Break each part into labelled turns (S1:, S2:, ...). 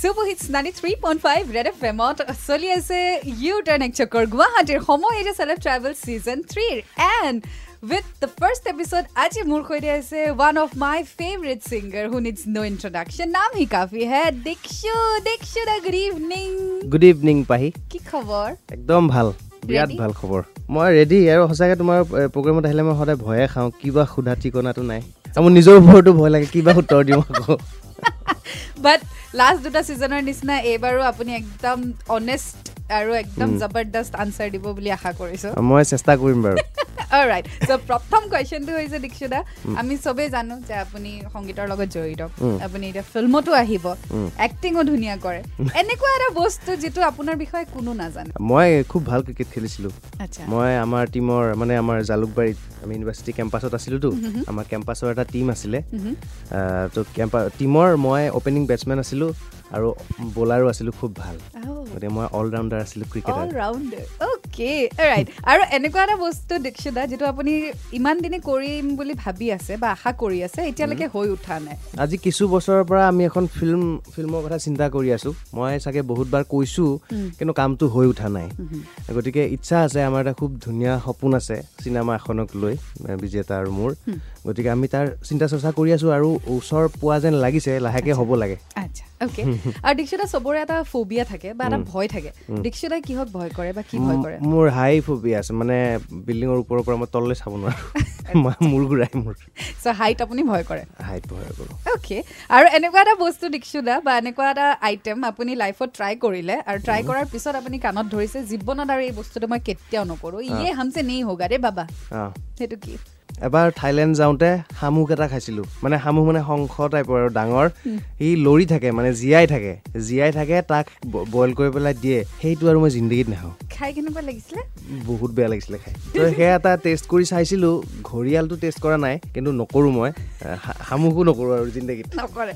S1: Super hits ninety three point five red F এমত চলি আছে ইউ টাৰ্ণ এক চকৰ গুৱাহাটীৰ সময় এতিয়া চেলেফ ট্ৰাভেল ছিজন থ্ৰীৰ and with the first episode আজি মোৰ সৈতে আছে one of my favourite singer who needs no' introduction নাম হি কাফি হে Dikshu Dikshu da good evening
S2: good evening পাহি
S1: কি খবৰ
S2: একদম ভাল বিৰাট
S1: Ready?
S2: ভাল খবৰ মই ৰেডি আৰু সঁচাকৈ তোমাৰ প্ৰগ্ৰেমত আহিলে মই সদায় ভয়ে খাওঁ কিবা সোধা ঠিকনাটো নাই আৰু মোৰ নিজৰ ওপৰতো ভয় লাগে কিবা উত্তৰ দিওঁ আকৌ
S1: বাট লাষ্ট দুটা ছিজনৰ নিচিনা এইবাৰো আপুনি একদম অনেষ্ট আৰু একদম জবৰদস্ত আনচাৰ দিব বুলি আশা কৰিছোঁ
S2: মই চেষ্টা কৰিম বাৰু
S1: ৰাইট চ' প্ৰথম কুৱেশ্যনটো হৈছে দীক্ষিতা আমি চবেই জানো যে আপুনি সংগীতৰ লগত জড়িত আপুনি এতিয়া ফিল্মতো আহিব এক্টিঙো ধুনীয়া কৰে এনেকুৱা এটা বস্তু যিটো আপোনাৰ বিষয়ে কোনো নাজানে
S2: মই খুব ভাল ক্ৰিকেট খেলিছিলোঁ
S1: আচ্ছা
S2: মই আমাৰ টীমৰ মানে আমাৰ জালুকবাৰীত আমি ইউনিভাৰ্চিটি কেম্পাছত আছিলোঁতো আমাৰ কেম্পাছৰ এটা টীম আছিলে আহ, তো কেম্পা টীমৰ মই অপেনিং বেটছমেন আছিলোঁ আৰু বলাৰো আছিলোঁ খুব ভাল গতিকে মই অলৰাউণ্ডাৰ আছিলোঁ ক্ৰিকেটাৰ
S1: অলৰাউণ্ডাৰ অ'কে ৰাইট আৰু এনেকুৱা এটা বস্তু দীক্ষিতা যিটো আপুনি ইমান দিনে কৰিম বুলি ভাবি আছে বা আশা কৰি আছে এতিয়ালৈকে হৈ উঠা নাই
S2: আজি কিছু বছৰৰ পৰা আমি এখন ফিল্ম ফিল্মৰ কথা চিন্তা কৰি আছোঁ মই চাগে বহুতবাৰ কৈছোঁ কিন্তু কামটো হৈ উঠা নাই গতিকে ইচ্ছা আছে আমাৰ এটা খুব ধুনীয়া সপোন আছে চিনেমা এখনক লৈ এ, বিজেতা আৰু মোৰ গতিকে আমি তাৰ চিন্তা চৰ্চা কৰি আছোঁ আৰু ওচৰ পোৱা যেন লাগিছে লাহেকৈ হ'ব লাগে
S1: আচ্ছা অ'কে আৰু দীক্ষিতা চবৰে এটা ফবিয়া থাকে বা এটা ভয় থাকে দীক্ষিতাই কিহক ভয় কৰে বা কি ভয় কৰে
S2: মোৰ হাই ফবিয়া আছে মানে বিল্ডিঙৰ ওপৰৰ পৰা মই তললৈ চাব নোৱাৰোঁ মই মূৰ ঘূৰাই মোৰ
S1: চ' হাইট আপুনি ভয় কৰে
S2: হাইট ভয় কৰোঁ
S1: অ'কে আৰু এনেকুৱা এটা বস্তু দীক্ষুদা বা এনেকুৱা এটা আইটেম আপুনি লাইফত ট্ৰাই কৰিলে আৰু ট্ৰাই কৰাৰ পিছত আপুনি কাণত ধৰিছে জীৱনত আৰু এই বস্তুটো মই কেতিয়াও নকৰোঁ ইয়ে হামছে নেই হোগা দেই বাবা
S2: অঁ
S1: সেইটো কি
S2: এবাৰ থাইলেণ্ড যাওঁতে শামুক এটা খাইছিলোঁ মানে শামুক মানে শংখ টাইপৰ আৰু ডাঙৰ সি লৰি থাকে মানে জীয়াই থাকে জীয়াই থাকে তাক বইল কৰি পেলাই দিয়ে সেইটো আৰু মই জিন্দগীত নাখাওঁ
S1: খাই কেনেকুৱা লাগিছিলে
S2: বহুত বেয়া লাগিছিলে খাই তো সেয়া এটা টেষ্ট কৰি চাইছিলোঁ ঘৰিয়ালটো টেষ্ট কৰা নাই কিন্তু নকৰোঁ মই আহ, শা- শামুকো নকৰোঁ আৰু জিন্দগীত
S1: নকৰে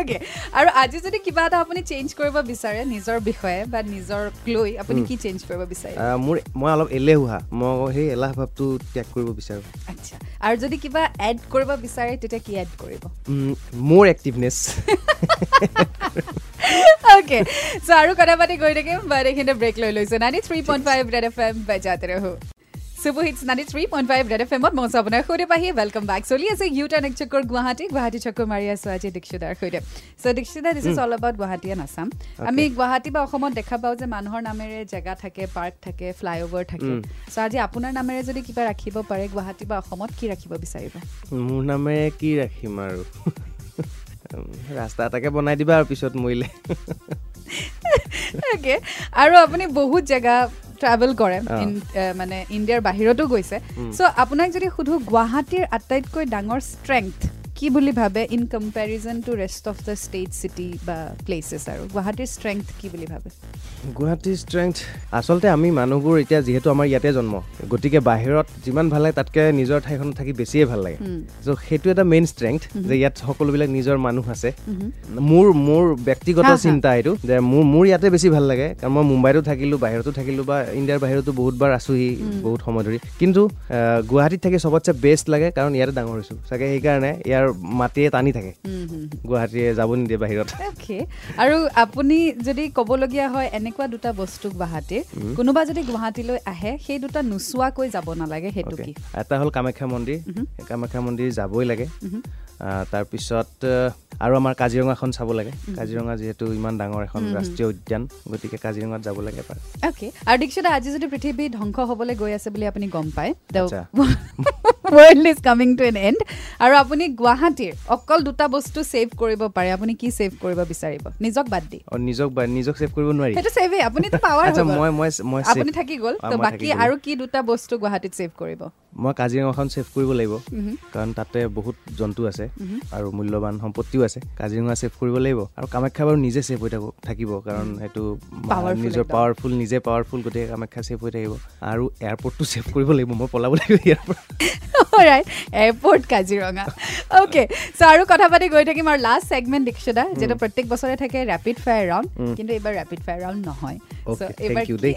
S1: অ'কে আৰু আজি যদি কিবা এটা আপুনি চেঞ্জ কৰিব বিচাৰে নিজৰ বিষয়ে বা নিজক লৈ আপুনি কি চেঞ্জ কৰিব বিচাৰে
S2: আহ, মোৰ মই অলপ এলেহুৱা মই সেই এলাহ ভাৱটো ত্যাগ কৰিব বিচাৰোঁ
S1: আচ্ছা আৰু যদি কিবা এড কৰিব বিচাৰে তেতিয়া কি এড কৰিব
S2: উম, মোৰ এক্টিভনেছ
S1: অ'কে চ' আৰু কথা পাতি গৈ থাকিম বাট এইখিনিতে ব্ৰেক লৈ লৈছোঁ ninety three point five red F M বাজাতে ৰহো super hits ninety three point five red F এমত মই আছোঁ আপোনাৰ সৈতে পাহি ৱেলকাম বেক চলি আছে ইউ টাৰ্ণ এক চকৰ গুৱাহাটী গুৱাহাটী চকৰ মাৰি আছোঁ আজি দীক্ষিতাৰ সৈতে so' Dikshita this is all about Guwahati and Assam আমি গুৱাহাটী বা অসমত দেখা পাওঁ যে মানুহৰ নামেৰে জেগা থাকে পাৰ্ক থাকে ফ্লাইঅভাৰ থাকে চ' আজি আপোনাৰ নামেৰে যদি কিবা ৰাখিব পাৰে গুৱাহাটী বা অসমত কি ৰাখিব বিচাৰিব
S2: মোৰ নামেৰে কি ৰাখিম আৰু উম, ৰাস্তা এটাকে বনাই দিবা আৰু পিছত মৰিলে
S1: তাকে আৰু আপুনি বহুত জেগা ট্ৰেভেল কৰে ইন- এ, মানে ইণ্ডিয়াৰ বাহিৰতো গৈছে চ' আপোনাক যদি সোধো গুৱাহাটীৰ আটাইতকৈ ডাঙৰ ষ্ট্ৰেংথ কি বুলি ভাবে in comparison to rest of the state city বা প্লেচেছ আৰু গুৱাহাটীৰ ষ্ট্ৰেংথ কি বুলি ভাবে
S2: গুৱাহাটীৰ ষ্ট্ৰেংথ আচলতে আমি মানুহবোৰ এতিয়া যিহেতু আমাৰ ইয়াতে জন্ম গতিকে বাহিৰত যিমান ভাল লাগে তাতকৈ নিজৰ ঠাইখনত থাকি বেছিয়ে ভাল লাগে চ' সেইটো এটা মেইন ষ্ট্ৰেংথ যে ইয়াত সকলোবিলাক নিজৰ মানুহ আছে মোৰ মোৰ ব্যক্তিগত
S1: হা, হা।
S2: চিন্তা এইটো যে মোৰ মোৰ ইয়াতে বেছি ভাল লাগে কাৰণ মই মুম্বাইতো থাকিলোঁ বাহিৰতো থাকিলোঁ বা ইণ্ডিয়াৰ বাহিৰতো বহুতবাৰ আছোহি বহুত সময় ধৰি কিন্তু আহ, গুৱাহাটীত থাকি চবতছে বেষ্ট লাগে কাৰণ ইয়াতে ডাঙৰ হৈছোঁ চাগে সেইকাৰণে ইয়াৰ মাটিয়ে টানি থাকে গুৱাহাটীয়ে যাব নিদিয়ে বাহিৰত
S1: অ'কে আৰু আপুনি যদি ক'বলগীয়া হয় এনেকুৱা দুটা বস্তু গুৱাহাটীৰ কোনোবা যদি গুৱাহাটীলৈ আহে সেই দুটা নোচোৱাকৈ যাব নালাগে সেইটো
S2: Okay.
S1: কি
S2: এটা হ'ল কামাখ্যা মন্দিৰ কামাখ্যা মন্দিৰ যাবই লাগে আহ, তাৰপিছত আহ, আৰু আমাৰ কাজিৰঙাখন চাব লাগে কাজিৰঙা যিহেতু ইমান ডাঙৰ এখন ৰাষ্ট্ৰীয় উদ্যান গতিকে কাজিৰঙাত যাব লাগে এবাৰ
S1: অ'কে আৰু দীক্ষিতা আজি যদি পৃথিৱী ধ্বংস হ'বলৈ গৈ আছে বুলি আপুনি গম পায়
S2: আচ্ছা।
S1: World is coming to an end আৰু আপুনি গুৱাহাটীৰ অকল দুটা বস্তু ছেভ কৰিব পাৰে আপুনি কি ছেভ কৰিব বিচাৰিব নিজক বাদ দি
S2: অ, নিজক বা- নিজক ছেভ কৰিব নোৱাৰি
S1: সেইটো ছেভেই আপুনিতো পাৱাৰ
S2: আচ্ছা, মই- মই- মই save-
S1: আপুনি থাকি গ'ল
S2: অ,
S1: তো
S2: মই থাকি
S1: বাকী
S2: গ'লো।
S1: আৰু কি দুটা বস্তু গুৱাহাটীত ছেভ কৰিব
S2: মই কাজিৰঙাখন ছেভ কৰিব লাগিব কাৰণ তাতে বহুত জন্তু আছে আৰু মূল্যৱান সম্পত্তিও আছে কাজিৰঙা ছেভ কৰিব লাগিব আৰু কামাখ্যা বাৰু নিজে ছেভ হৈ থাকো থাকিব কাৰণ সেইটো মা-
S1: Powerful
S2: নিজৰ
S1: একদম।
S2: পাৱাৰফুল নিজে পাৱাৰফুল গতিকে কামাখ্যা ছেভ হৈ থাকিব আৰু এয়াৰপৰ্টটো ছেভ কৰিব লাগিব মই পলাব লাগিব ইয়াৰ পৰা
S1: right airport Kaziranga okay so' আৰু কথা পাতি গৈ থাকিম আৰু লাষ্ট ছেগমেণ্ট দীক্ষিতা যিটো প্ৰত্যেক বছৰে থাকে ৰেপিড ফায়াৰ ৰাউণ্ড কিন্তু এইবাৰ ৰেপিড ফায়াৰ ৰাউণ্ড নহয়
S2: Okay,
S1: So,
S2: thank
S1: এইবাৰ
S2: you
S1: কি-
S2: দেই।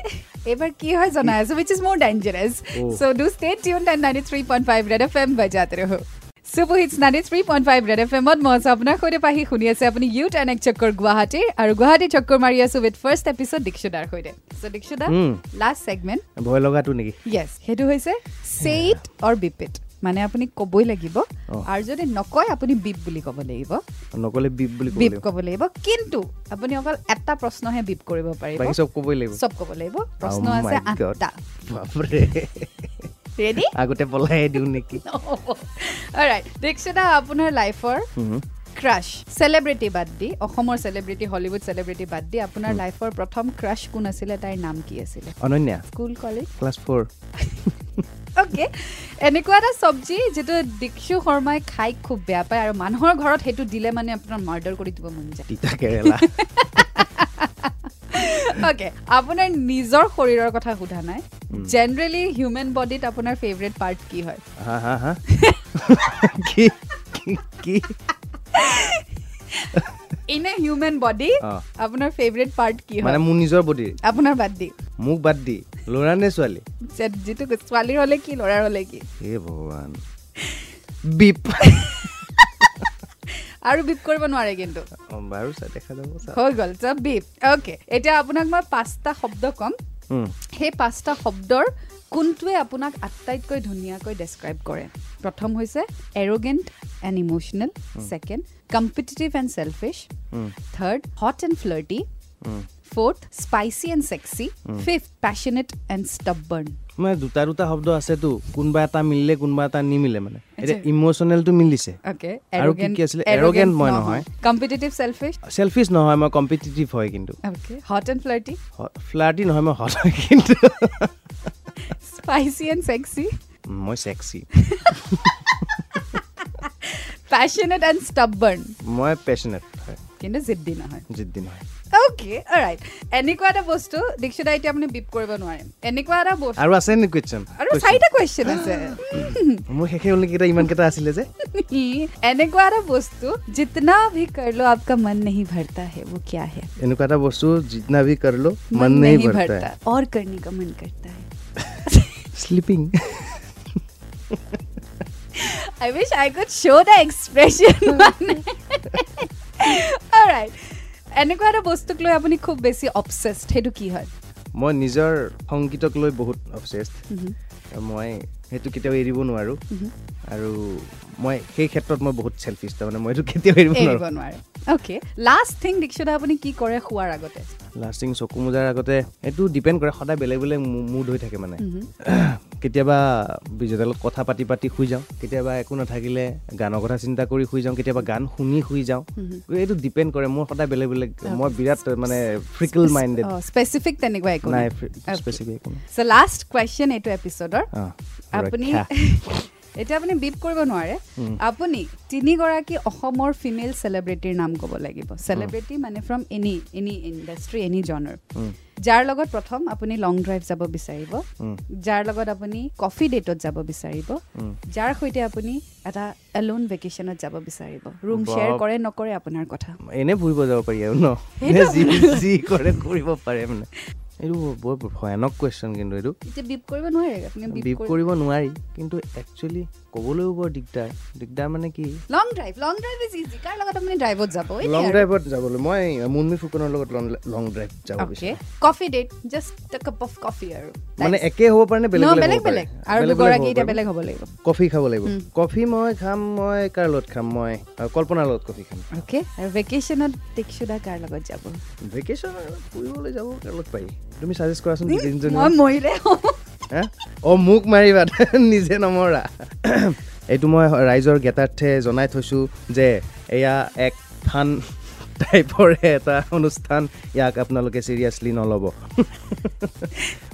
S1: এইবাৰ কি হয় জনাই আছো উইচ ইজ মোৰ dangerous
S2: Oh.
S1: So' do stay tune ten ninety three point five red F M বাজাতে ৰহো super hits ninety three point five red F এমত মই আছো আপোনাৰ সৈতে পাহি শুনি আছে আপুনি ইউথ এণ্ড এক চক্কৰ গুৱাহাটী আৰু গুৱাহাটী চক্কৰ মাৰি আছো উইথ ফাৰ্ষ্ট এপিছ'ড দীক্ষুদাৰ সৈতে চ' দীক্ষুদা
S2: Hmm.
S1: লাষ্ট ছেগমেণ্ট
S2: ভয় লগাটো নেকি
S1: য়েছ সেইটো হৈছে চেইট অৰ বিপিট মানে আপুনি ক'বই লাগিব
S2: Oh.
S1: আৰু যদি নকয় আপুনি বিপ বুলি ক'ব লাগিব
S2: নক'লে বিপ বুলি ক'ব
S1: বিপ
S2: লাগিব
S1: ক'ব লাগিব কিন্তু আপুনি অকল এটা প্ৰশ্নহে বিপ কৰিব পাৰিব
S2: বাকী চব ক'বই লাগিব
S1: চব ক'ব লাগিব প্ৰশ্ন
S2: Oh my
S1: আছে
S2: God.
S1: আঠটা
S2: বাপৰে
S1: ৰেডি
S2: আগতে পলাই দিওঁ নেকি
S1: অলৰাইট দীক্ষিতা আপোনাৰ লাইফৰ ক্ৰাছ চেলিব্ৰিটি বাদ দি অসমৰ চেলিব্ৰিটি হলিউড চেলিব্ৰিটি বাদ দি আপোনাৰ লাইফৰ প্ৰথম ক্ৰাছ কোন আছিলে তাইৰ নাম কি আছিলে
S2: Ananya
S1: school college
S2: class for
S1: okay এনেকুৱা এটা চব্জি যিটো দীক্ষু শৰ্মাই খাই খুব বেয়া পায় আৰু মানুহৰ ঘৰত সেইটো দিলে মানে আপোনাৰ মাৰ্ডাৰ কৰি দিব মন যায়
S2: তিতা কেৰেলা
S1: অ'কে আপোনাৰ নিজৰ শৰীৰৰ কথা সোধা নাই জেনেৰেলি হিউমেন বডিত আপোনাৰ ফেভৰেট পাৰ্ট কি হয়
S2: হা হা হা কি কি- কি
S1: ইন এ হিউমেন বডি
S2: অ।
S1: আপোনাৰ ফেভৰেট পাৰ্ট কি হয়
S2: মানে মোৰ নিজৰ বডিৰ
S1: আপোনাৰ বাদ দি
S2: মোক বাদ দি ল'ৰা নে ছোৱালী
S1: যে- যিটো ছোৱালীৰ হ'লে কি ল'ৰাৰ হ'লে কি
S2: হে ভগৱান বিপ
S1: আৰু বিপ কৰিব নোৱাৰে কিন্তু
S2: অ, বাৰু চা দেখা যাব চা
S1: হৈ গ'ল চব বিপ অ'কে এতিয়া আপোনাক মই পাঁচটা শব্দ ক'ম
S2: উম,
S1: সেই পাঁচটা শব্দৰ কোনটোৱে আপোনাক আটাইতকৈ ধুনীয়াকৈ ডেছক্ৰাইব কৰে প্ৰথম হৈছে arrogant and emotional second competitive and selfish
S2: um,
S1: third hot and flirty
S2: um.
S1: Fourth spicy and sexy fifth passionate and stubborn
S2: মানে দুটা দুটা শব্দ আছেতো কোনোবা এটা মিলিলে কোনোবা এটা নিমিলে মানে এতিয়া
S1: আচ্ছা।
S2: ইম'চনেলটো মিলিছে
S1: অ'কে
S2: আৰু কি কি আছিলে? Arrogant মই নহয়।
S1: কম্পিটিটিভ ছেলফিছ
S2: চেলফিছ নহয় মই কম্পিটিটিভ হয় কিন্তু
S1: okay hot and flirty
S2: flirty নহয় মই হট হয় কিন্তু
S1: স্পাইচি এণ্ড ছেক্সি
S2: মই চেক্সি
S1: পেশ্যনেট এণ্ড ষ্টাবৰ্ণ
S2: মই পেচনেট হয়
S1: কিন্তু জিদ্দি নহয়
S2: যিদিন নহয়
S1: অ'কে ৰাইট এনেকুৱা এটা বস্তু দীক্ষিতা এতিয়া আপুনি বিপ কৰিব নোৱাৰে এনেকুৱা এটা বস্তু
S2: আৰু আছে নি কুৱেশ্যন
S1: আৰু চাৰিটা কুৱেশ্যন আছে
S2: মোৰ শেষে হ'ল নেকি ইমান কেইটা আছিলে যে
S1: এনেকুৱা এটা বস্তু জিতনা ভি কৰ লো আপকা মন নহীं ভৰতা হে वो क्या है
S2: এনেকুৱা এটা বস্তু জিতনা ভি কৰ লো মন নেহি ভৰতা হে।
S1: और करने का मन करता है
S2: sleeping.
S1: I wish I could show the expression মানে alright এনেকুৱা এটা বস্তুক লৈ আপুনি খুব বেছি অবচেষ্ট সেইটো কি হয়
S2: মই নিজৰ সংগীতক লৈ বহুত অবচেষ্ট মই সেইটো কেতিয়াও এৰিব নোৱাৰোঁ আৰু মই সেই ক্ষেত্ৰত মই বহুত চেলফিছ তাৰমানে মই এইটো কেতিয়াও এৰিব
S1: এৰিব
S2: নোৱাৰোঁ
S1: নোৱাৰে অ'কে লাষ্ট থিং দীক্ষিতা আপুনি কি কৰে শোৱাৰ আগতে
S2: লাষ্টিং চকু মোজাৰ আগতে এইটো ডিপেণ্ড কৰে সদায় বেলেগ বেলেগ মুড হৈ থাকে মানে কেতিয়াবা বিজেতাৰ লগত কথা পাতি পাতি শুই যাওঁ কেতিয়াবা একো নাথাকিলে গানৰ কথা চিন্তা কৰি শুই যাওঁ কেতিয়াবা গান শুনি শুই যাওঁ এইটো ডিপেণ্ড কৰে মোৰ সদায় বেলেগ বেলেগ মই বিৰাট মানে ফ্ৰিকল মাইণ্ডেড
S1: oh, স্পেচিফিক তেনেকুৱা একো
S2: নাই স্পেচিফিক একো নাই
S1: চ' লাষ্ট কুৱেশ্যন এইটো এপিছ'ডৰ
S2: অ,
S1: আপুনি
S2: ৰক্ষা।
S1: এতিয়া আপুনি বিপ কৰিব নোৱাৰে আপুনি তিনিগৰাকী অসমৰ ফিমেল চেলিব্ৰিটিৰ নাম ক'ব লাগিব চেলিব্ৰিটি মানে from any any industry any জনৰ
S2: উম।
S1: যাৰ লগত প্ৰথম আপুনি লং ড্ৰাইভ যাব বিচাৰিব
S2: উম।
S1: যাৰ লগত আপুনি কফি ডেটত যাব বিচাৰিব যাৰ সৈতে আপুনি এটা এলোন ভেকেশ্যনত যাব বিচাৰিব ৰুম
S2: বাপ।
S1: শ্বেয়াৰ কৰে নকৰে আপোনাৰ কথা
S2: এনে ফুৰিব যাব পাৰি আৰু ন এনে যি যি কৰে কৰিব পাৰে মানে এইটো বৰ ভয়ানক কুৱেশ্যন কিন্তু এইটো
S1: এতিয়া বিপ কৰিব নোৱাৰে আপুনি
S2: বিপ
S1: বিপ কৰিব
S2: কৰিব নোৱাৰি কিন্তু একচুৱেলি ক'বলৈও বৰ দিগদাৰ দিগদাৰ মানে কি
S1: long drive long drive is easy car লগত আপুনি ড্ৰাইভত যাব
S2: লং ড্ৰাইভত যাবলৈ মই মুনমি ফুকনৰ লগত লং ড্ৰাইভ যাব বিচাৰোঁ
S1: coffee date just cup of coffee আৰু
S2: মানে একে হ'ব পাৰে নে
S1: ন,
S2: বেলেগ
S1: বেলেগ বেলেগ আৰু দুগৰাকী এতিয়া বেলেগ হ'ব লাগিব
S2: কফি খাব লাগিব কফি মই খাম মই কাৰ লগত খাম মই আহ, কল্পনাৰ লগত কফি খাম
S1: অ'কে আৰু ভেকেশ্যনত দীক্ষুদা কাৰ লগত যাব
S2: ভেকেশ্যন ফুৰিবলৈ যাব কাৰ লগত পাৰি তুমি ছাজেষ্ট কৰাচোন তিনিজনী
S1: মই মৰিলে হ'ব।
S2: হা? অ মোক মাৰিবা নিজে নমৰা এইটো মই ৰাইজৰ জ্ঞাতাৰ্থে জনাই থৈছোঁ যে এয়া এক ফান টাইপৰে এটা অনুষ্ঠান ইয়াক আপোনালোকে চিৰিয়াছলি নল'ব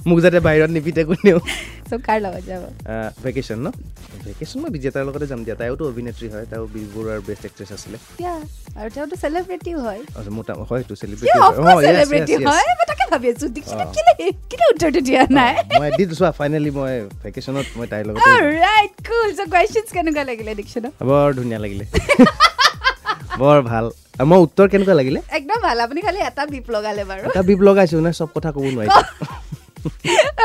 S2: মোক যাতে বাহিৰত নিপিতে কোনেও
S1: So, কাৰ লগত যাব
S2: ভেকেশ্যন ন ভেকেশ্যন মই বিজেতাৰ লগতে যাম দিয়া তাইওতো অভিনেত্ৰী হয় তাইও বি বৰুৱাৰ বেষ্ট এক্ট্ৰেছ আছিলে
S1: Yeah, আৰু তেওঁতো celebrity হয়
S2: আচ্ছা, মোৰ তাৰ- হয়তো
S1: Yeah, of
S2: Oh,
S1: course celebrity
S2: celebrity
S1: হয়। মই তাকে ভাবি আছো, দীক্ষিতা
S2: অ।
S1: কেলে- কেলে উত্তৰটো দিয়া
S2: Ah,
S1: নাই? Ah,
S2: মই দি চোৱা ফাইনেলি মই ভেকেশ্যনত মই তাইৰ লগতে যাম।
S1: Alright, cool. So, questions কেনেকুৱা লাগিলে দীক্ষিতা?
S2: বৰ ধুনীয়া লাগিলে বৰ ভাল আৰু মই উত্তৰ কেনেকুৱা লাগিলে
S1: একদম ভাল আপুনি খালি এটা বিপ লগালে বাৰু
S2: এটা বিপ লগাইছো মানে চব কথা ক'ব নোৱাৰি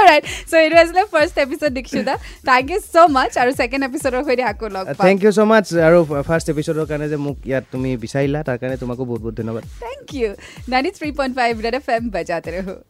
S1: ৰাইট চ' এইটো আছিলে first episode Dikshita thank you so' much আৰু ছেকেণ্ড এপিছ'ডৰ সৈতে আকৌ লগ পাম
S2: থেংক ইউ ছ' মাছ আৰু ফাৰ্ষ্ট এপিছ'ডৰ কাৰণে যে মোক ইয়াত তুমি বিচাৰিলা তাৰ কাৰণে তোমাকো বহুত বহুত ধন্যবাদ
S1: thank you ninety three point five red F M বজাতে ৰহো